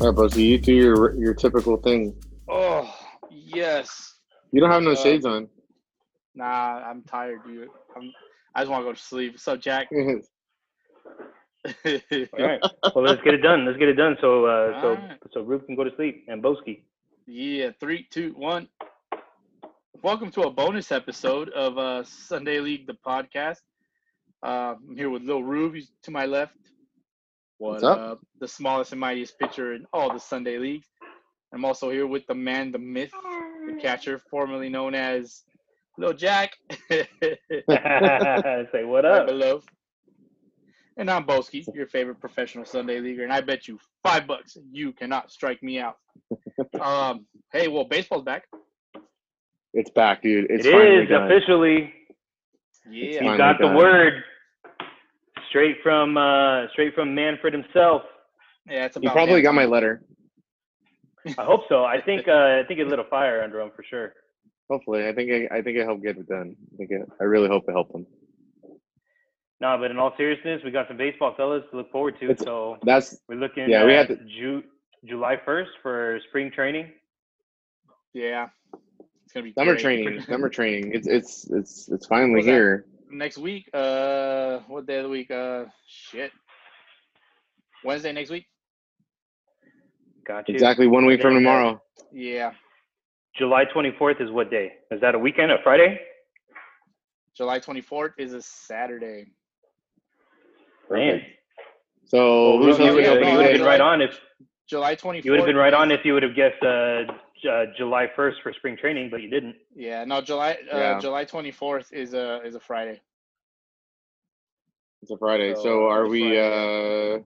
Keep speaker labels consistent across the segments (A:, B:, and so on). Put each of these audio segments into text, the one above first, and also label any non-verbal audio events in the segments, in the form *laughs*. A: All right, bro. So you do your your typical thing.
B: Oh yes.
A: You don't have no
B: Uh,
A: shades on. *laughs*
B: Nah, I'm tired, dude. I'm, I just want to go to sleep. What's
A: *laughs*
B: up, Jack? *laughs*
C: All right. *laughs* Well, let's get it done. Let's get it done. So, uh, so,
B: All right.
C: so Rube can go to sleep
A: *laughs*
C: and Boski. *laughs*
B: yeah, three, two, one. Welcome to a bonus episode of uh, Sunday League, the podcast. Uh, I'm here with Lil Rube he's to my left.
A: What's up?
B: Uh, the smallest and mightiest pitcher in all the Sunday leagues. I'm also here with the man, the myth, the catcher, formerly known as Lil Jack. *laughs*
C: Say
B: Right
C: what up?
B: below. And I'm Boski, your favorite professional Sunday leaguer, and I bet you five bucks you cannot strike
A: *laughs*
B: me out. um, hey, well, baseball's back.
A: It's back, dude.
C: It's
A: It's finally done.
C: officially.
A: It's
C: You
B: Yeah,
A: finally
C: got the
A: done.
C: word straight from uh, straight from Manfred himself.
B: yeah, it's about
A: You probably got
B: damn
A: my letter.
C: I hope so. I think uh, I think it lit a fire under him for sure.
A: Hopefully, I think I, I think it helped get it done. I think it, I really hope it helped them.
C: No, but in all seriousness, we got some baseball fellas to look forward to.
A: It's-
C: so
A: That's
C: we're looking
A: yeah,
C: at
A: we had to-
C: Ju- July first for spring training.
B: Yeah, it's gonna be
A: summer
B: great.
A: training. Summer training. It's it's it's it's finally
B: What's that?
A: here.
B: *laughs* next week. Uh, what day of the week? Uh, shit, Wednesday next week.
C: Got you.
A: Exactly one week from
C: Yeah.
A: tomorrow.
B: Yeah,
C: July twenty fourth is what day? Is that a weekend? A Friday?
B: July 24th is a Saturday.
C: Man,
A: So
C: well,
A: who's
C: you
B: no,
A: hosting
C: would
B: yeah,
C: have
A: opening
B: no,
A: day?
C: been right on if
B: July 24th.
C: you would have been right
B: is-
C: on if you would have guessed uh, J- uh, July first for spring training, but you didn't.
B: Yeah, no, July uh,
A: Yeah.
B: July 24th is a is a Friday.
A: It's a Friday.
C: So,
A: So
C: uh,
A: are
C: it's
A: we?
C: Friday.
A: uh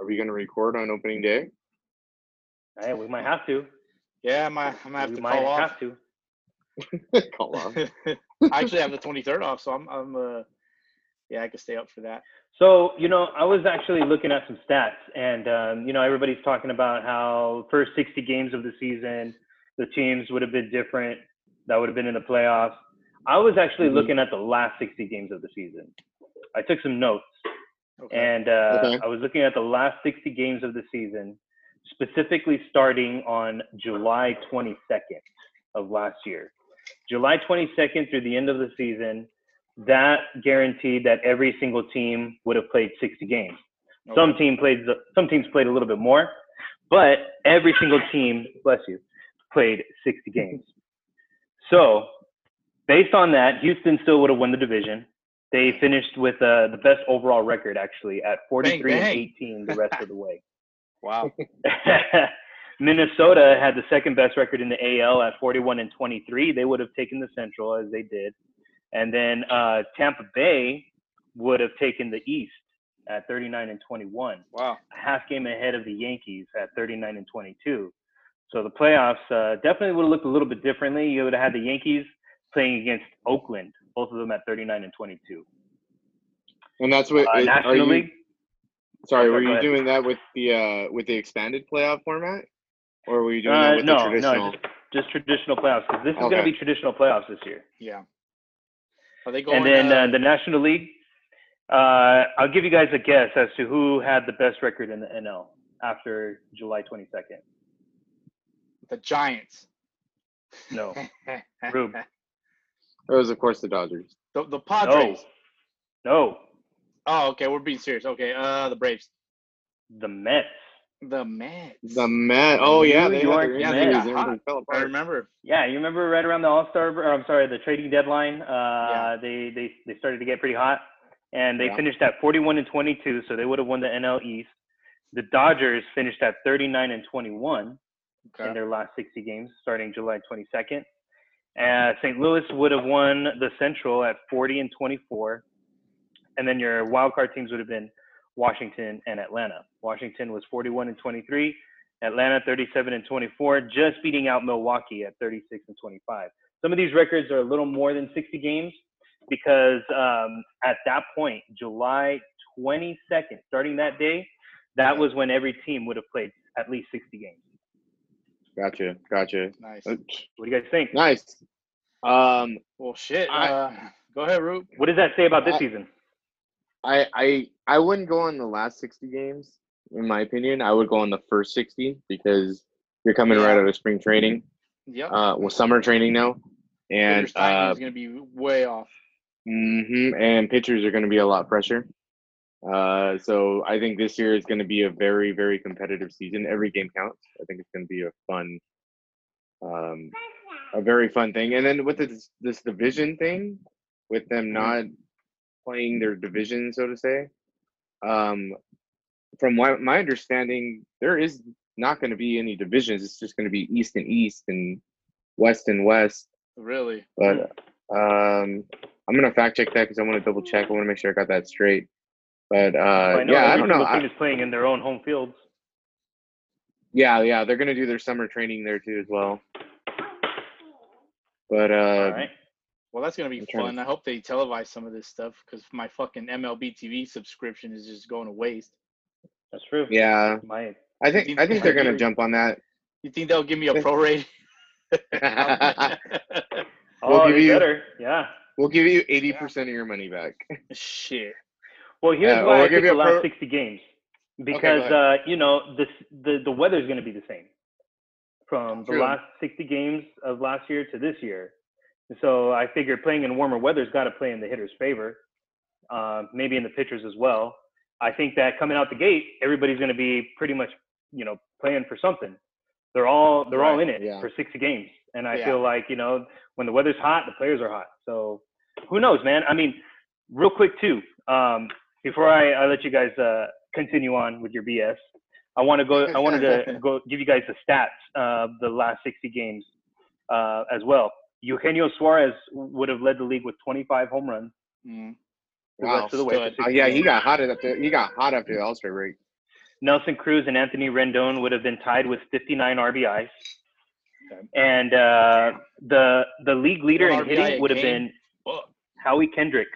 A: Are we going to record on opening day? *laughs*
C: All right, we might have to.
B: Yeah, I might, I might have
C: we
B: to
C: might
B: call off.
C: have to.
A: Call off.
B: *laughs* I actually have the 23rd off, so I'm, I'm uh, yeah, I could stay up for that.
C: So, you know, I was actually looking at some stats, and, um, you know, everybody's talking about how first 60 games of the season, the teams would have been different. That would have been in the playoffs. I was actually
B: Mm-hmm.
A: Mhm.
C: looking at the last 60 games of the season. I took some notes,
B: Okay.
C: and uh,
A: Okay.
C: I was looking at the last 60 games of the season, specifically starting on July 22nd of last year. July 22nd through the end of the season, that guaranteed that every single team would have played 60 games. Some team played the- some teams played a little bit more, but every single team, bless you, played
B: *laughs*
C: 60 games. So, based on that, Houston still would have won the division. They finished with uh, the best overall record actually at 43
B: bang.
C: and 18 the rest of
B: *laughs*
C: the way. *laughs*
B: wow.
C: Minnesota had the second best record in the AL at 41 and 23. They would have taken the Central as they did, and then uh, Tampa Bay would have taken the East at 39 and 21,
B: Wow.
C: a half game ahead of the Yankees at 39 and 22. So the playoffs uh, definitely would have looked a little bit differently. You would have had the Yankees playing against Oakland, both of them at 39 and 22.
A: And that's what
C: Uh,
A: is- are
C: National
A: you-
C: League.
A: Sorry,
C: Okay,
A: were
C: go
A: you
C: ahead.
A: doing that with the uh with the expanded playoff format, or were you doing
C: Uh,
A: that with
C: no,
A: the
C: no,
A: traditional?
C: just, just traditional playoffs 'cause this is going
A: Okay.
C: to be traditional playoffs this year.
B: Yeah. Are they going?
C: And then
B: uh,
C: uh, the National League. Uh, I'll give you guys a guess as to who had the best record in the NL after July 22nd.
B: the
C: *laughs*
B: Giants.
C: No, Rube.
B: the,
A: It was, of course, the Dodgers.
B: the
C: no,
B: Padres.
C: no.
B: Oh, okay. We're being serious. Okay. Uh, the Braves.
C: The Mets.
B: The Mets.
A: The Met. Oh yeah,
C: New
A: they had
C: York
A: their
C: Mets.
A: injuries.
B: Yeah,
A: Everything fell
B: I
A: apart.
B: remember.
C: Yeah, you remember right around the All Star, or I'm sorry, the trading deadline. Uh, they they they started to get pretty hot, and they
A: Yeah.
C: finished at 41 and 22, so they would have won the NL East. The Dodgers finished at 39 and 21. in
B: Okay.
C: their last 60 games starting July 22nd. Uh, St. Louis would have won the Central at 40 and 24. And then your wild card teams would have been Washington and Atlanta. Washington was 41 and 23, Atlanta 37 and 24, just beating out Milwaukee at 36 and 25. Some of these records are a little more than 60 games because um, at that point, July 22nd, starting that day, that was when every team would have played at least 60 games.
A: Gotcha, gotcha.
B: Nice.
C: What do you guys think?
A: Nice. Um,
B: Well, shit.
A: I-
B: uh, go ahead, Rube.
C: What does that say about this
A: I-
C: season?
A: I I I wouldn't go on the last sixty games. in my opinion. I would go on the first 60 because you're coming right out of spring training,
B: Yep.
A: uh, well, summer training now.
B: Your
A: And
B: timing
A: uh,
B: is going to be way off.
A: hmm And pitchers are going to be a lot fresher. Uh, so I think this year is going to be a very, very competitive season. Every game counts. I think it's going to be a fun, um, a very fun thing. And then with this this division thing, with them not playing their division, so to say, um, from what my understanding, there is not going to be any divisions. It's just going to be East and East and West and West.
B: Really.
A: But um, I'm gonna fact check that because I want to double check. I want to make sure I got that straight. But uh,
C: Oh, I know
A: yeah, I don't
C: every
A: know.
C: single Team
A: I-
C: is playing in their own home fields.
A: yeah, yeah, they're gonna do their summer training there too as well. But uh,
C: all right.
B: Well, that's going to be
A: I'm trying to-
B: fun. I hope they televise some of this stuff because my fucking MLB TV subscription is just going to waste.
C: That's true.
A: yeah,
C: My
A: I think I think they're gonna jump on that.
B: You think they'll give me a
A: *laughs*
B: pro rate?
A: We'll
C: oh,
A: give
C: they
A: you-
C: better. Yeah.
A: *laughs* we'll give you eighty percent of your money back.
B: *laughs* Shit.
C: Well, here's
A: Yeah,
C: why
A: we'll
C: I
A: give
C: picked
A: you
C: the
A: a
C: last
A: pro-
C: 60 games because
A: ahead.
C: uh, you know the the the weather's going to be the same from the
A: True.
C: last 60 games of last year to this year. And So I figure playing in warmer weather's got to play in the hitter's favor, uh, maybe in the pitchers as well. I think that coming out the gate, everybody's going to be pretty much you know playing for something. They're all they're all
A: Right,
C: in it
A: yeah.
C: for 60 games, and I
B: Yeah.
C: feel like you know when the weather's hot, the players are hot. So who knows, man? I mean, real quick too, um, before I, I let you guys uh, continue on with your BS, I want to go. I wanted to go give you guys the stats of the last 60 games uh, as well. Eugenio Suarez would have led the league with 25 home runs.
B: Mm.
C: The
A: Wow,
C: rest of the way.
B: stud.
A: Oh, yeah, he got hot up there. He got hot after the All Star break.
C: Nelson Cruz and Anthony Rendon would have been tied with 59 RBIs. And uh, the the league leader
B: One
C: in
B: RBI
C: hitting would have
B: game?
C: been
B: Fuck.
C: Howie Kendrick,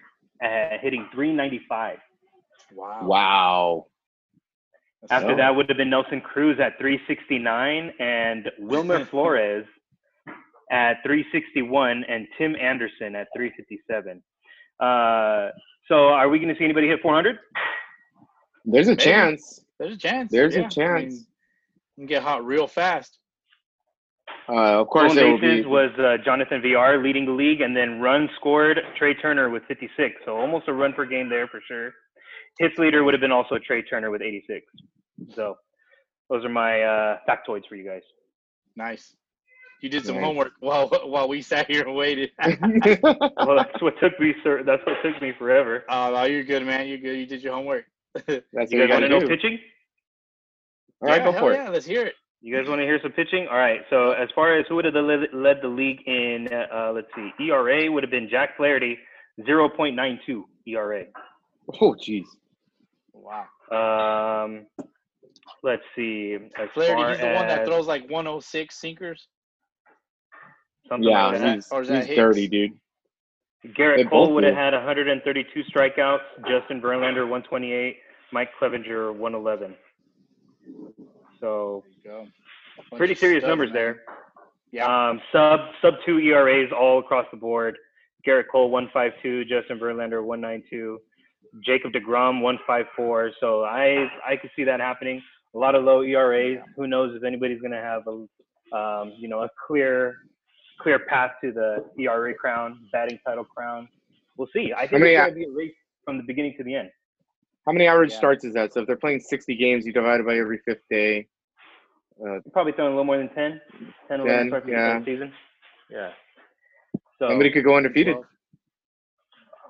C: uh, hitting 395.
B: Wow.
A: Wow.
B: That's
C: After
A: So-
B: dope.
C: that would have been Nelson Cruz at 369 and
A: *laughs*
C: Wilmer Flores at 361 and Tim Anderson at 357. Uh, so are we going to see anybody hit 400?
A: There's a
B: Maybe.
A: chance.
B: there's a chance.
A: There's a
B: yeah. I
A: chance.
B: mean, you can get hot real fast.
A: Uh, of course,
C: Stolen
A: it will
C: bases
A: be.
C: was uh, Jonathan VR leading the league, and then runs scored Trey Turner with 56. So almost a run per game there for sure. Hits leader would have been also Trey Turner with 86. So those are my uh, factoids for you guys. *laughs*
B: Nice. You did some
A: Nice.
B: homework while *laughs* while we sat here and waited.
C: Well, that's what took me. Sir, that's what took me forever.
B: Oh, no, you're good, man. You're good. You did your homework.
A: *laughs* That's what
C: You guys want
A: gotta
C: to know
A: do.
C: pitching?
A: All right,
B: Yeah,
A: go
B: hell
A: for it.
B: Yeah, let's hear it.
C: You guys want to hear some pitching? All right. So as far as who would have led, led the league in, uh, let's see, ERA would have been Jack Flaherty, 0.92 ERA.
A: Oh, jeez.
B: Wow.
C: Um, let's see. As far
B: Flaherty, he's the one that
C: as
B: throws like 106 sinkers.
C: something
A: Yeah,
C: like
B: that.
A: he's,
B: Or is that
A: he's
B: Hicks?
A: dirty, dude.
C: that.
A: they
C: Garrett Cole
A: both
C: would have
A: do.
C: had 132 strikeouts. Justin Verlander 128. Mike Clevenger 111. So
B: There you go. Bunch
C: pretty
B: of
C: serious
B: studs,
C: numbers
B: man.
C: there.
B: Yeah.
C: Um, sub sub two ERAs all across the board. Garrett Cole one five two, Justin Verlander one nine two, Jacob Degrom one five four. So I I could see that happening. A lot of low ERAs. Who knows if anybody's going to have a um, you know a clear clear path to the ERA crown, batting title crown. We'll see. I think
A: many
C: it's
A: a-
C: going to be a race from the beginning to the end.
A: How many average
B: Yeah.
A: starts is that? So if they're playing 60 games, you divide it by every fifth day. Uh,
C: Probably throwing a little more than 10, 10, 11
A: 10,
C: starts
A: yeah.
C: yeah. the season. Yeah. So
A: somebody could go undefeated.
B: Well,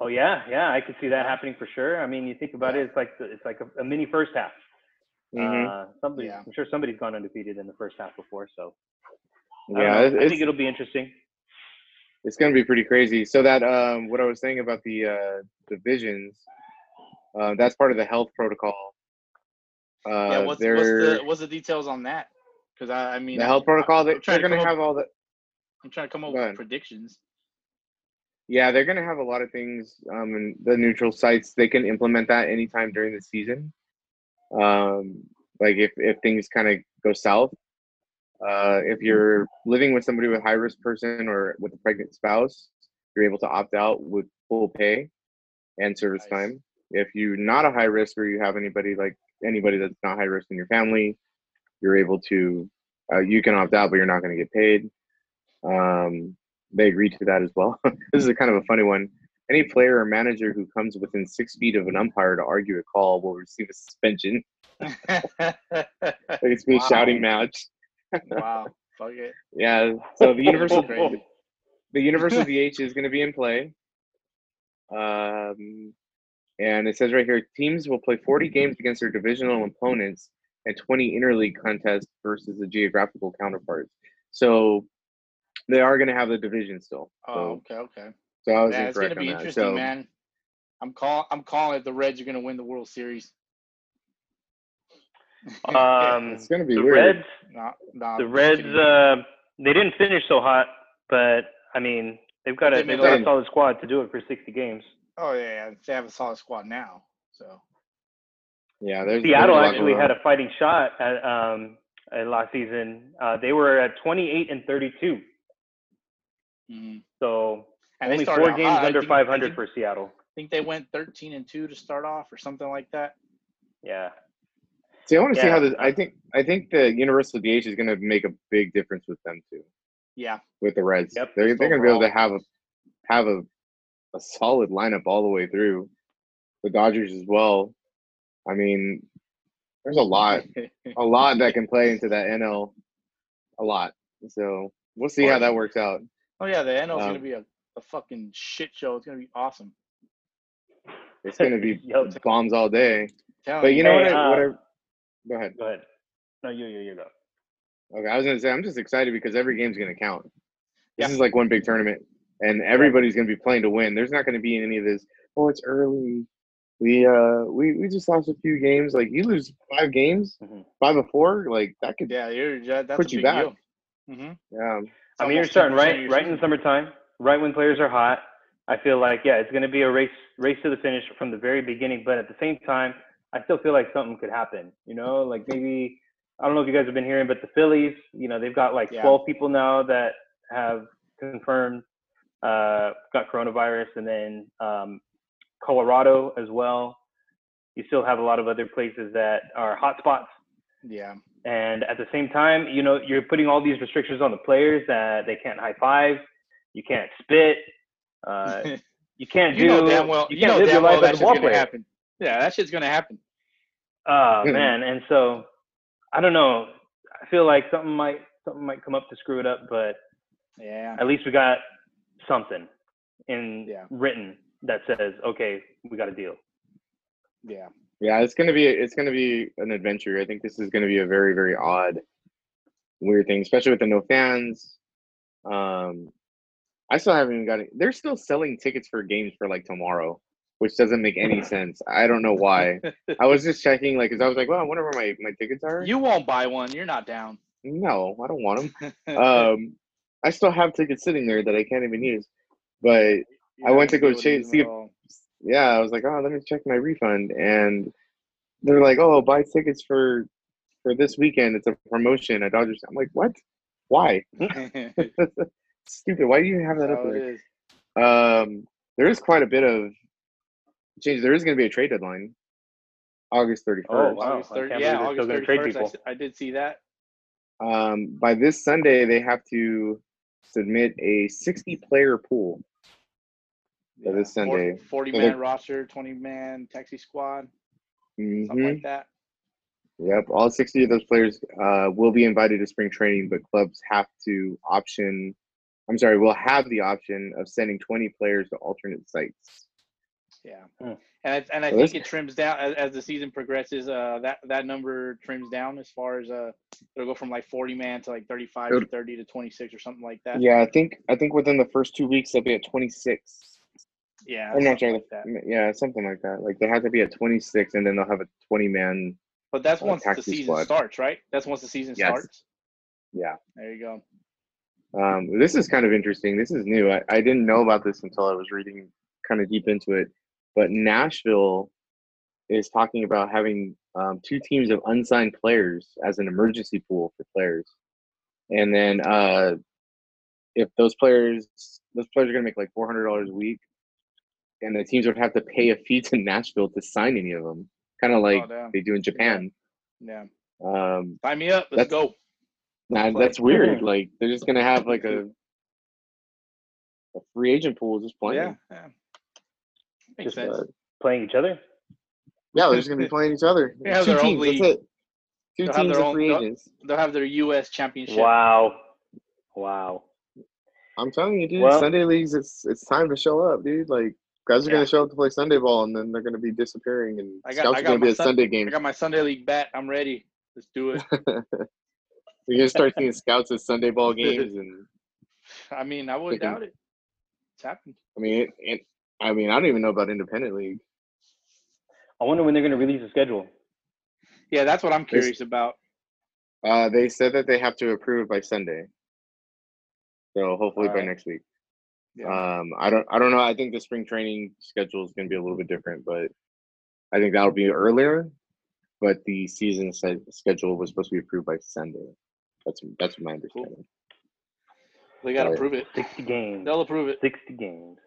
C: Oh yeah, yeah, I could see that happening for sure. I mean, you think about it, it's like the, it's like a, a mini first half.
A: Mhm.
C: Uh, somebody,
B: Yeah.
C: I'm sure somebody's gone undefeated in the first half before. So I don't
A: yeah,
C: know.
A: it's,
C: I think
A: it's,
C: it'll be interesting.
A: it's going to be pretty crazy. So that um, what I was saying about the uh, divisions, uh, that's part of the health protocol. Uh,
B: yeah. What's, what's
A: they're,
B: the what's the details on that? Because I, I mean,
A: the health protocol. They,
B: I'm
A: they're
B: trying to
A: going to
B: come up-
A: have all the
B: I'm trying to come up
A: Go
B: with
A: ahead.
B: predictions. *laughs*
A: Yeah, they're going to have a lot of things um, in the neutral sites. They can implement that anytime during the season. Um, like if, if things kind of go south, uh, if you're living with somebody with high risk person or with a pregnant spouse, you're able to opt out with full pay and service
B: Nice.
A: time. If you're not a high risk or you have anybody like anybody that's not high risk in your family. You're able to, uh, you can opt out, but you're not going to get paid. Um, they agreed to that as well. this is a kind of a funny one. Any player or manager who comes within six feet of an umpire to argue a call will receive a suspension. *laughs* Like it's be
B: Wow.
A: a shouting match.
B: wow. Fuck it.
A: *laughs* Yeah. So the universal
B: *laughs* Crazy.
A: the universal DH is going to be in play. Um, and it says right here, teams will play 40 games against their divisional opponents and 20 interleague contests versus the geographical counterparts. So they are going to have the division still.
B: Oh,
A: So,
B: okay, okay.
A: so I was
B: Yeah, it's gonna
A: incorrect
B: be
A: on that.
B: interesting,
A: So
B: man. I'm call I'm calling it the Reds are gonna win the World Series. *laughs*
A: Uh,
C: Um,
A: it's going to be
C: the
A: weird.
C: Reds,
B: Nah, nah,
C: the
B: I'm
C: Reds,
B: kidding.
C: uh, they didn't finish so hot, but I mean, they've got
B: They
C: a,
B: made
C: they've got
A: it.
C: a solid squad to do it for 60 games.
B: oh yeah, yeah, they have a solid squad now. So
A: yeah, there's there's a
C: Seattle
A: lot
C: actually
A: going
C: had
A: on.
C: a fighting shot at, um, at last season. Uh, they were at 28 and 32,
B: mhm.
C: so
B: and they
C: only
B: started
C: four
B: out
C: games
B: hot. I
C: under
B: think- I
C: 500
B: think-
C: for Seattle.
B: I think they went 13 and two to start off or something like that.
C: Yeah,
A: See, I want to see
C: yeah.
A: how this. I think I think the universal DH is going to make a big difference with them too.
B: Yeah,
A: with the Reds.
C: Yep,
A: they're
B: just
A: they're going to be able to
B: overall.
A: have a have a a solid lineup all the way through. The Dodgers as well. I mean, there's a lot,
C: *laughs*
B: *laughs*
A: a lot that can play into that NL, a lot. So we'll see how that works out.
B: oh yeah, the NL's
A: Um,
B: gonna be a, a fucking shit show. It's gonna be awesome.
A: It's going to be
C: *laughs* Yup. Oh,
A: bombs all day.
B: Telling
A: But you know what?
C: Hey,
A: I, what
C: uh,
A: I, go ahead.
C: Go ahead. No, you, you, you go.
A: Okay, I was going to say I'm just excited because every game's going to count. This
B: Yeah.
A: is like one big tournament, and everybody's going to be playing to win. There's not going to be any of this. Oh, it's early. We uh we we just lost a few games. Like you lose five games,
C: Mhm.
A: five or four. Like that could
B: Mm-hmm. yeah, you're yeah, that's
A: Put
B: a
A: you
B: big
A: back.
B: deal. Mm-hmm.
A: yeah.
C: I mean, you're starting right, right in the summertime, right when players are hot. I feel like, yeah, it's going to be a race, race to the finish from the very beginning. But at the same time, I still feel like something could happen. You know, like maybe I don't know if you guys have been hearing, but the Phillies, you know, they've got like
B: Yeah.
C: 12 people now that have confirmed uh, got coronavirus, and then um, Colorado as well. You still have a lot of other places that are hot spots.
B: Yeah,
C: And at the same time, you know, you're putting all these restrictions on the players that they can't high five, you can't spit,
B: *laughs*
C: uh, you can't
B: you
C: do.
B: know damn well. You,
C: you can't
B: know
C: live
B: damn
C: your
B: well
C: life
B: that
C: as a
B: shit's
C: ball
B: gonna
C: player.
B: happen. Yeah, that shit's gonna happen.
C: Oh
B: Mm-hmm.
A: Mhm.
C: man! And so, I don't know. I feel like something might something might come up to screw it up, but
B: Yeah,
C: at least we got something in
B: Yeah.
C: written that says, okay, we got a deal.
B: yeah.
A: Yeah, it's gonna be it's gonna be an adventure. I think this is gonna be a very very odd, weird thing, especially with the no fans. Um, I still haven't even got it. They're still selling tickets for games for like tomorrow, which doesn't make any sense. I don't know why. I was just checking, like, 'cause I was like, well, I wonder where my my tickets are.
B: You won't buy one. You're not down. *laughs*
A: No, I don't want them. Um, I still have tickets sitting there that I can't even use, but
B: You're
A: I
B: not
A: went to
B: gonna
A: go
B: be able
A: chase-
B: use them
A: see
B: at
A: if-
B: all.
A: *laughs* yeah, I was like, oh, let me check my refund, and they're like, oh, buy tickets for for this weekend. It's a promotion at Dodgers. I'm like, what? Why? Stupid. Why do you have that up
B: Oh, it
A: there?
B: is.
A: Um, there is quite a bit of change. There is going to be a trade deadline, August 31st.
C: Oh, wow.
B: August
C: I
B: thir-
C: can't
B: yeah,
C: believe they're still
B: August
C: gonna
B: 31st.
C: trade
B: I
C: people.
B: s- I, did see that.
A: Um, by this Sunday, they have to submit a 60-player pool. Yeah, this Sunday.
B: Forty
A: So
B: man
A: they're-
B: roster, twenty man taxi squad, something
A: Mhm.
B: like that.
A: Yep, all 60 of those players uh, will be invited to spring training, but clubs have to option. I'm sorry, will have the option of sending 20 players to alternate sites.
B: Yeah,
C: Hmm.
B: and I, and I
A: So
B: think
A: this-
B: it trims down as, as the season progresses. Uh, that that number trims down as far as uh, it'll go from like forty man to like thirty five to
A: It'll-
B: thirty to twenty six or something like that.
A: Yeah, I think I think within the first two weeks they'll be at 26.
B: yeah,
A: I'm not
B: something
A: sure.
B: like that.
A: Yeah, something like that. Like they have to be at 26, and then they'll have a 20 man.
B: But that's
A: Uh,
B: once the
A: taxi
B: season
A: squad.
B: starts, right? That's once the season
A: Yes.
B: starts.
A: Yeah.
B: There you go.
A: Um, this is kind of interesting. This is new. I, I didn't know about this until I was reading kind of deep into it. But Nashville is talking about having um, two teams of unsigned players as an emergency pool for players. And then uh, if those players, those players are going to make like $400 a week, and the teams would have to pay a fee to Nashville to sign any of them. kind of like
B: oh, damn.
A: they do in Japan.
B: Yeah.
A: Um,
B: Sign me up. Let's
A: That's-
B: go.
A: nah,
B: Play.
A: that's *laughs* weird. Like they're just gonna have like a a free agent pool just playing.
B: Yeah. yeah. Makes
C: Just,
B: sense.
C: uh, playing each other.
A: *laughs* Yeah, they're just *laughs* gonna be playing each other.
B: They have
A: Two
B: their own
A: teams.
B: league.
A: That's it. Two
B: They'll have
A: teams
B: their
A: of
B: own-
A: free
B: they'll-
A: agents.
B: They'll have their U.S. championship.
C: Wow, wow.
A: I'm telling you, dude.
C: Well-
A: Sunday leagues, it's it's time to show up, dude. Like guys are
B: Yeah.
A: gonna show up to play Sunday ball, and then they're gonna be disappearing, and
B: I got-
A: scouts
B: I
A: are
B: got
A: gonna
B: my
A: be at
B: Sun-
A: Sunday
B: I
A: games.
B: got my Sunday league bat. I'm ready. Let's
A: *laughs*
B: do it.
A: You're gonna start
B: *laughs*
A: seeing scouts at Sunday ball games, and
B: I mean, I wouldn't
A: Freaking-
B: doubt it. It's happened.
A: I mean, it, it, I mean, I don't even know about independent league.
C: I wonder when they're going to release the schedule.
B: Yeah, that's what I'm
A: There's-
B: curious about.
A: Uh, they said that they have to approve by Sunday, so hopefully by
B: Alright.
A: next week.
B: Yeah.
A: Um, I don't, I don't know. I think the spring training schedule is gonna be a little bit different, but I think that'll be earlier. But the season se- schedule was supposed to be approved by Sunday. That's that's my
B: Cool.
A: understanding.
B: they got to
A: right.
B: prove it.
C: Sixty games.
B: They'll approve it.
C: Sixty games.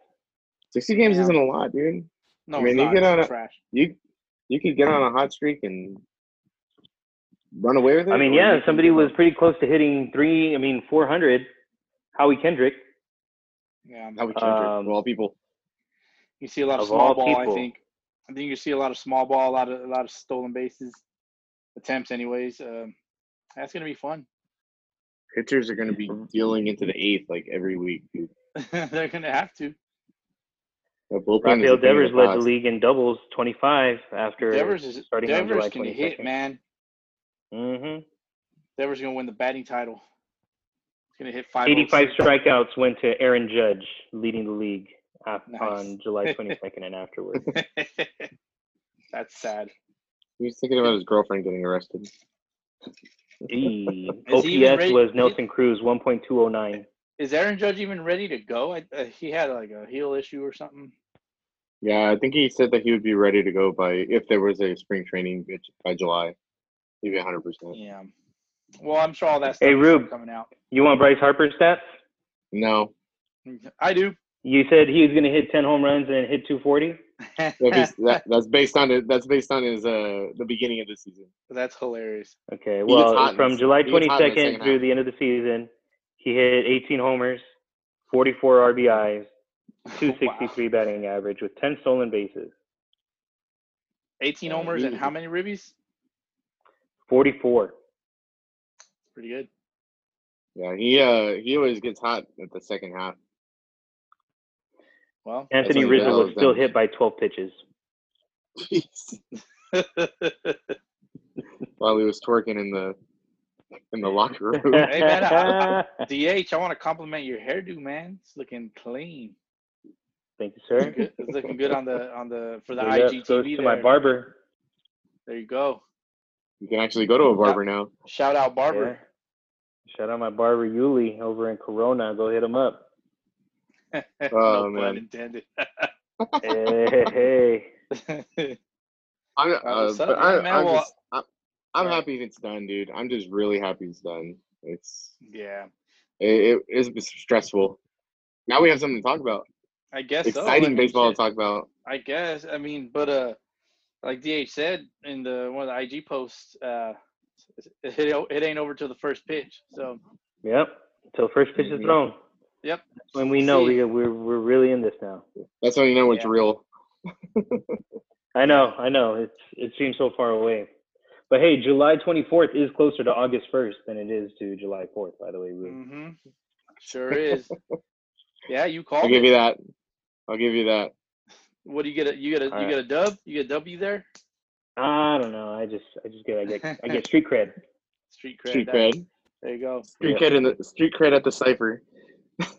A: Sixty games
B: Yeah.
A: isn't a lot, dude.
B: No,
A: I mean,
B: it's
A: you
B: not.
A: get on
B: It's
A: a-
B: trash.
A: You you could get on a hot streak and run away with it.
C: I mean,
A: or you
C: yeah,
A: can-
C: somebody was pretty close to hitting three. I mean, four hundred. Howie Kendrick.
B: Yeah.
A: How we change it.
C: um,
A: Well, people.
B: You see a lot of,
C: of
B: small
C: all
B: ball. I
C: people.
B: think. I think you see a lot of small ball. A lot of a lot of stolen bases, attempts. Anyways, um, that's gonna be fun. *laughs*
A: pitchers are going to be dealing into the eighth like every week. Dude.
B: They're gonna have to.
A: The bullpen is
C: Rafael
A: a thing of
C: Devers led the
A: past.
C: league in doubles, twenty-five after
B: Devers is
C: starting on
B: Devers
C: July
B: can hit,
C: 22nd.
B: man.
C: Mhm.
B: Devers gonna win the batting title. He's gonna hit five. oh
C: Eighty-five strikeouts went to Aaron Judge, leading the league af-
B: Nice.
C: on
B: *laughs*
C: July twenty-second and afterwards.
B: that's sad.
A: He was thinking about his girlfriend getting arrested.
C: Gee.
B: Is he even
C: OPS
B: ready-
C: was Nelson Cruz, one point two oh nine.
B: Is Aaron Judge even ready to go? I, uh, he had like a heel issue or something.
A: Yeah, I think he said that he would be ready to go by if there was a spring training which- by July. He'd be 100. percent
B: Yeah. Well, I'm sure all that stuff
C: Hey,
B: is
C: Rube.
B: coming out.
C: You want Bryce Harper's stats?
A: No,
B: I do.
C: You said he was going to hit ten home runs and hit two forty.
A: If he's- that, that's based on it. That's based on his uh the beginning of the season.
B: That's hilarious.
C: Okay,
A: gets hot
C: well,
A: in
C: from
A: this-
C: July
A: he gets hot in the
C: 22nd
A: second
C: through
A: half.
C: the end of the season, he hit 18 homers, 44 RBIs, 263
B: *laughs* Wow.
C: batting average with 10 stolen bases,
B: 18
A: Yeah,
B: homers and
A: he-
B: how many ribbies?
C: 44.
B: Pretty good.
A: Yeah, he uh he always gets hot at the second half.
B: Well,
C: Anthony
A: what he
C: Rizzo was
A: does,
C: still
A: then.
C: hit by 12 pitches.
B: *laughs*
A: While he was twerking in the in the locker
C: *laughs*
A: room.
B: Hey, man, I- DH, I want to compliment your hairdo, man. It's looking clean.
C: Thank you,
B: It's *laughs*
C: sir.
B: good- it's looking good on the on the
C: *laughs*
B: for the
C: Big ups goes
B: IGTV
C: to
B: there.
C: my barber.
B: There you go.
A: You can actually go to a barber now.
B: Shout out barber.
C: Yeah. Shout out my barber Yuli over in Corona. Go hit
A: *laughs*
C: him up.
B: *laughs*
A: Oh,
B: no
A: man.
B: pun intended. *laughs*
C: hey, hey.
A: I'm,
B: Oh,
A: uh,
B: son
A: but
B: of a
A: I,
B: gun, man.
A: I'm,
B: Well,
A: just, I'm, I'm
B: yeah.
A: happy it's done, dude. I'm just really happy it's done. It's
B: yeah,
A: it, it is stressful. Now we have something to talk about.
B: I guess so. I
A: Exciting
B: mean,
A: baseball
B: shit.
A: to talk about.
B: I guess. I mean, but uh, like DH said in the one of the IG posts, uh, it, it, it ain't over till the first pitch. So
C: Yep. Till first pitch
A: Mhm.
C: is thrown.
B: Yep.
C: That's when we know
B: See.
C: we, we're, we're really in this now.
A: That's when you know it's
B: Yeah.
A: real.
C: I know, I know. It's it seems so far away. But hey, July 24th is closer to August 1st than it is to July 4th, by the way. Rube.
B: hmm sure
A: *laughs*
B: is. yeah, you
A: I'll
B: called.
A: give
B: it.
A: you that. I'll give you that.
B: What do you get? A, you get a
C: All
B: you
C: right.
B: get a dub. You get a W there.
C: I don't know. I just I just get I get I
B: *laughs*
C: get street cred. *laughs*
B: Street cred.
A: Street
B: that-
A: cred.
B: There
A: *laughs*
B: you go.
A: Street cred in the street cred at the cipher.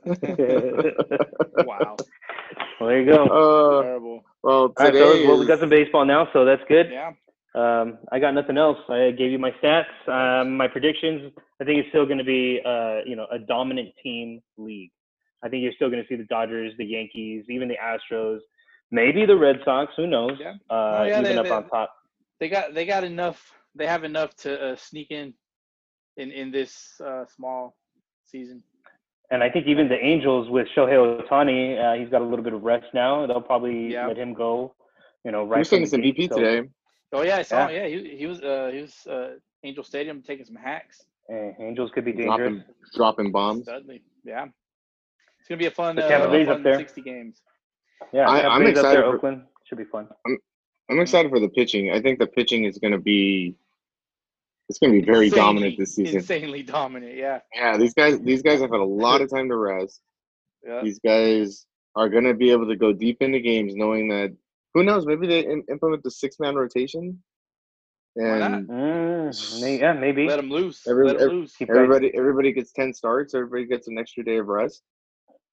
C: well,
B: Wow, *laughs*
C: there you go.
A: Uh,
B: terrible.
A: well,
C: Oh. All right,
A: today
C: fellas. Well, we
A: is-
C: got some baseball now, so that's good.
B: Yeah,
C: Um, I got nothing else. I gave you my stats, um, my predictions. I think it's still going to be, uh, you know, a dominant team league. I think you're still going to see the Dodgers, the Yankees, even the Astros, maybe the Red Sox. Who knows?
B: Yeah.
C: Uh,
B: Oh, yeah,
C: even
B: they-
C: up
B: they-
C: on top.
B: they got they got enough. They have enough to uh, sneak in, in in this uh, small season.
C: And I think even the Angels with Shohei Otani, uh, he's got a little bit of rest now. They'll probably
B: Yeah.
C: let him go. You know, right.
A: Who's taking
C: from the
A: some
C: gate.
A: BP
C: So-
A: today?
B: Oh yeah, I saw. him. Yeah, he, he was uh, he was uh, Angel Stadium taking some hacks.
C: And eh, Angels could be dangerous.
A: dropping, dropping bombs.
B: Dudley. Yeah, it's gonna be a fun,
C: So
B: uh,
C: Tampa Bay's
B: fun
C: up there.
B: sixty games.
C: Yeah,
A: I-
C: Tampa
A: I'm
C: Bay's up
A: excited
C: there,
A: for-
C: Oakland should be
A: *laughs*
C: fun.
A: I'm excited for the pitching. I think the pitching is going to be it's going to be very
B: Insanely-
A: dominant this season.
B: Insanely dominant. Yeah.
A: Yeah, these guys these guys have had a lot of time to rest.
B: yeah.
A: These guys are going to be able to go deep into games, knowing that who knows maybe they im- implement the six man rotation,
B: Why not?
A: and
C: Mm, may- yeah, maybe. *laughs*
B: Let him loose.
A: Every-
B: Let him
A: every-
B: loose.
C: Keep going.
A: everybody everybody gets ten starts, everybody gets an extra day of rest,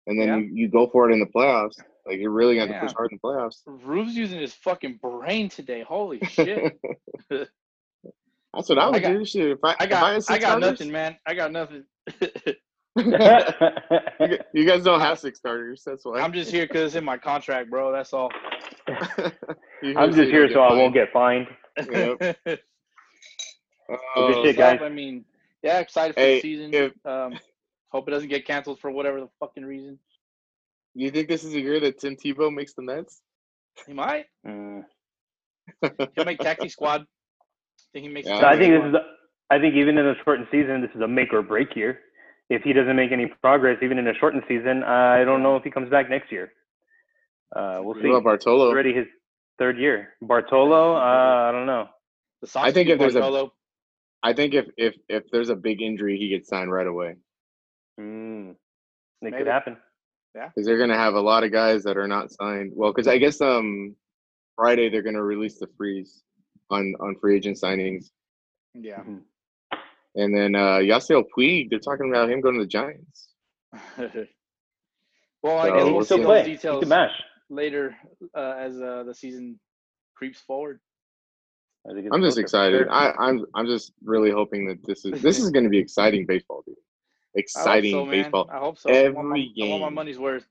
A: and then
B: Yeah.
A: you, you go for it in the playoffs. Like you're really going to
B: Yeah.
A: push hard in the playoffs.
B: Rube's using his fucking brain today. Holy
A: *laughs*
B: shit!
A: That's what I
B: I
A: would
B: got-
A: do. Shit, if I,
B: I
A: if I, had
B: got
A: six
B: I got
A: starters-
B: nothing, man. I got nothing. *laughs*
A: *laughs* You gu- you guys don't have six starters. That's why.
B: I'm just here because it's in my contract, bro. That's all.
A: *laughs* You
C: I'm just
A: you
C: here
A: don't
C: so I won't get *laughs* fined.
B: *laughs*
A: Yep.
C: Well, good
A: Oh,
C: shit,
B: Stuff,
C: guys.
B: I mean, yeah, excited for
A: Hey,
B: the season.
A: if-
B: Um, hope it doesn't get canceled for whatever the fucking reason.
A: You think this is a year that Tim Tebow makes the Mets?
B: He might.
C: Mm.
B: He'll
A: *laughs*
B: make taxi squad. I think he makes.
A: Yeah.
C: So I
B: taxi
C: think this
B: squad.
C: is. A, I think even in a shortened season, this is a make or break year. If he doesn't make any progress, even in a shortened season, I don't know if he comes back next year. Uh, we'll see.
A: What about Bartolo?
C: already his third year. Bartolo, uh, I don't know.
B: the Sox
A: I think
B: keep
A: if there's a-
B: Bartolo.
A: I think if if if there's a big injury, he gets signed right away
C: Mm. It could
B: Maybe.
C: happen.
A: because they're gonna have a lot of guys that are not signed. Well, because I guess um Friday they're gonna release the freeze on on free agent signings,
B: yeah. *laughs*
A: and then uh Yasiel Puig. They're talking about him going to the Giants.
B: well, I
A: So,
B: guess
A: Oh, we'll
B: we'll
A: see.
B: see
A: He
B: those
C: He
B: details
C: can mash.
B: later uh, as uh, the season creeps forward.
C: I think it's
A: I'm just
C: closer.
A: excited.
C: Sure.
A: I, I'm I'm just really hoping that this is this is gonna be exciting baseball, dude.
B: I hope
A: Exciting
B: so, man.
A: baseball.
B: I hope so. I want my,
A: Every
B: I want my
A: game.
B: money's worth.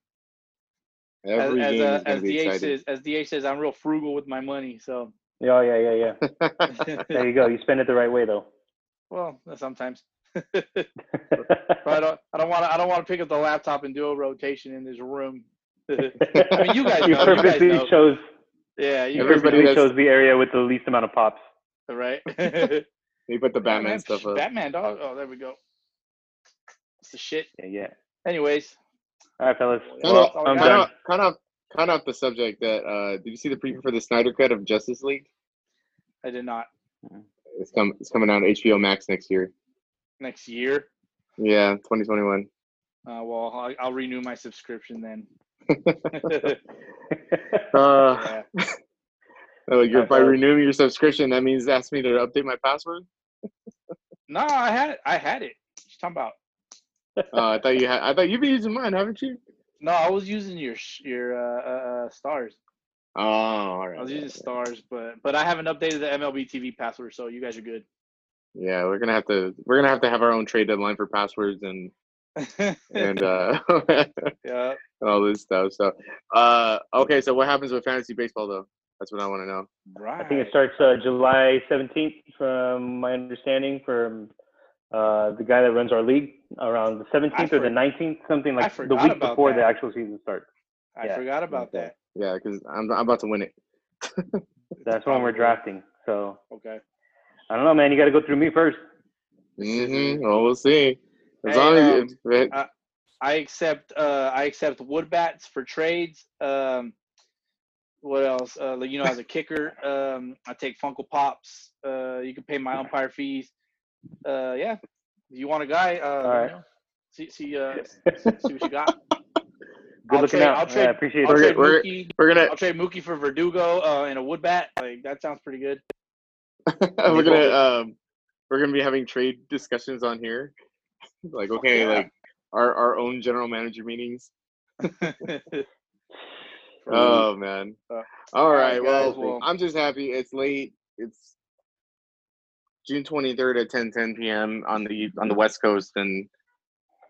A: Every
B: as as,
A: game
B: uh,
A: is gonna
B: as
A: be
B: DH
A: exciting.
B: says, as DH says, I'm real frugal with my money. So, *laughs*
C: Yeah, yeah, yeah,
A: *laughs*
C: yeah. There you go. You spend it the right way, though.
B: well, sometimes. But I don't. I don't want to. I don't want to pick up the laptop and do a rotation in this room. *laughs*
C: I
B: mean,
A: *laughs*
B: you guys know,
C: you
B: you guys
C: purposely
B: know.
C: chose.
B: yeah,
C: You
B: you
A: Everybody
C: purposely
A: that's-
C: chose the area with the least amount of pops.
B: heard me, right. *laughs*
A: They put the Batman
B: Man,
A: stuff up.
B: Batman dog. Oh, there we go. It's the shit.
C: Yeah, yeah.
B: Anyways,
C: All right, fellas.
A: Kind
C: Well,
A: of,
B: Well,
A: kind
C: I'm
B: kinda-
C: done.
A: of, kind of, kind of the subject that. Uh, did you see the preview for the Snyder Cut of Justice League?
B: I did not.
A: It's come, it's coming out on HBO Max next year.
B: Next year,
A: Yeah, 2021.
B: uh, well, I'll, I'll renew my subscription then. *laughs*
C: *laughs*
A: Uh,
B: yeah.
A: like Oh, you're,
C: I
A: by
C: thought-
A: renewing your subscription, that means ask me to update my
B: *laughs*
A: password.
B: No, I had it. I had it. What you talking about?
A: Uh, I thought you had. I thought you've been using mine, haven't you?
B: No, I was using your sh- your uh, uh, uh, stars.
A: Oh, all right.
B: I was
A: all
B: using
A: right.
B: stars, but but I haven't updated the MLB TV password, so you guys are good.
A: Yeah, we're gonna have to. We're gonna have to have our own trade deadline for passwords
B: *laughs*
A: and and uh, *laughs* and
B: yeah.
A: all this stuff. So, uh, okay. So what happens with fantasy baseball though? That's what I want to know.
B: Right.
C: I think it starts uh, July 17th, from my understanding, from uh, the guy that runs our league, around the 17th or the
B: for-
C: 19th, something
B: I
C: like the
B: forgot
C: week
B: about
C: before the
B: that.
C: actual season starts.
B: I
C: yeah,
B: forgot about
C: okay.
B: that.
A: Yeah, because I'm, I'm about to win it.
C: That's when we're drafting. So
B: Okay.
C: I don't know, man. You got to go through me first. *laughs*
A: hmm Well, we'll see. As
B: Hey,
A: long as
B: um,
A: if- if-
B: uh, I accept uh I accept wood bats for trades. Um what else? Uh like, you know, as a kicker, um I take Funko Pops. Uh you can pay my umpire fees. Uh yeah. If you want a guy, uh let me
C: Alright.
B: know. see see uh see
C: Good
B: what you
C: *laughs*
B: got. I'll
C: looking
B: trade-
C: out.
B: I'll
C: yeah, I
B: trade-
C: appreciate
B: I'll
A: We're
B: trade
C: it.
A: good- we're-
B: Mookie
A: we're gonna
B: I'll trade Mookie for Verdugo uh and a wood bat. Like that sounds pretty good.
A: *laughs*
B: *laughs*
A: we're gonna um we're gonna be having trade discussions on here. *laughs* Like okay,
B: yeah.
A: like our our own general manager meetings.
B: For Mookie.
A: Oh man.
B: Uh,
A: All right.
B: guys,
A: well,
B: well-
A: I'm just happy it's late. It's June 23rd at 10 10 p.m. on the on the West Coast and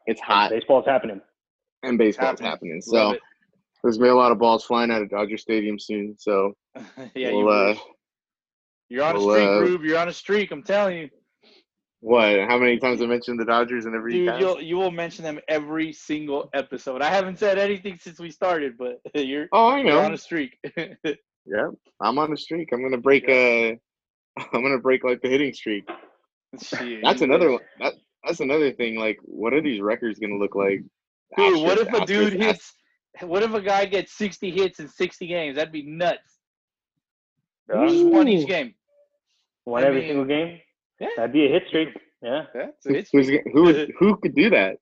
A: it's hot
C: Baseball's happening.
A: and baseball's
B: happening.
A: happening. So there's gonna be a lot of balls flying out of Dodger Stadium soon. So
B: Love it. *laughs* yeah, you
A: we'll, uh,
B: wish. You're on a
A: Well,
B: streak,
A: uh,
B: Rube. You're on a streak. I'm telling you,
A: what? How many times I mentioned the Dodgers and every
B: dude.
A: time?
B: You'll you will mention them every single episode. I haven't said anything since we started, but *laughs* you're
A: Oh, I know.
B: you're on a streak. *laughs*
A: Yeah, I'm on a streak. I'm gonna break uh *laughs* I'm gonna break like the hitting streak.
B: Shit,
A: That's
B: you
A: another
B: better-
A: one. That, that's another thing. Like, what are these records gonna look like?
B: Dude,
A: Asterisk,
B: what if a
A: asterisk,
B: dude
A: asterisk.
B: hits? What if a guy gets 60 hits in 60 games? That'd be nuts. Just one each
C: Ooh.
B: game.
C: One
B: I
C: every
B: mean-
C: single game.
B: Yeah.
C: That'd be a hit streak. Yeah.
B: That's it.
A: Who's g- who? Is, who could do that?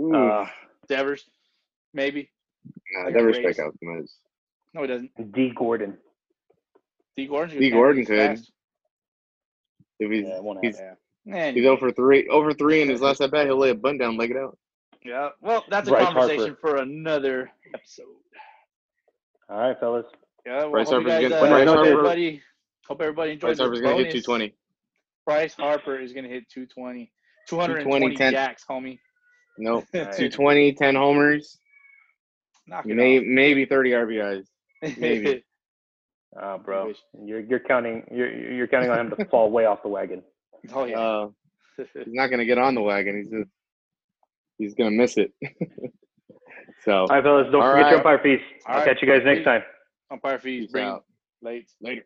A: Ooh,
C: Uh,
B: Devers, maybe.
A: nah,
B: like
A: never
B: Graves.
A: strike out too much.
B: No, he doesn't.
C: D. Gordon.
B: D. Gordon.
A: D. Gordon could. If he's
C: Yeah, it won't
A: he's
C: happen.
B: Man,
A: he's over three over three in his last at bat, he'll lay a bunt down, leg it out.
B: yeah. Well, that's a
C: Bryce
B: conversation
C: Harper.
B: for another episode.
C: All right, fellas.
B: Yeah. Well,
A: Bryce
B: hope you
A: Harper's
B: guys,
A: gonna-
B: uh,
C: Bryce
B: hope
A: Harper-
B: everybody. Hope everybody enjoyed
A: Bryce
B: the
A: Harper's gonna hit
B: bonus.
A: 220.
B: Bryce Harper is gonna hit 220. 220
A: 220, 10.
B: jacks, homie. *laughs*
A: Nope,
C: Alright.
A: 220, 10 homers,
B: Knock it
A: may, maybe 30 RBIs.
B: *laughs* off.
A: maybe.
C: Oh, bro,
B: Wish.
C: you're you're counting you're you're counting on him to fall way off the wagon.
B: oh yeah.
A: Uh, he's not gonna get on the wagon. He's just he's gonna miss it. *laughs* so
C: All right, fellas. Don't
A: All
C: forget your
A: right.
C: umpire fees.
B: All
C: I'll
B: right.
C: catch you guys next
B: Peace.
C: time.
B: *laughs* Umpire fees,
A: peace
B: bring
A: out.
B: late.
A: later.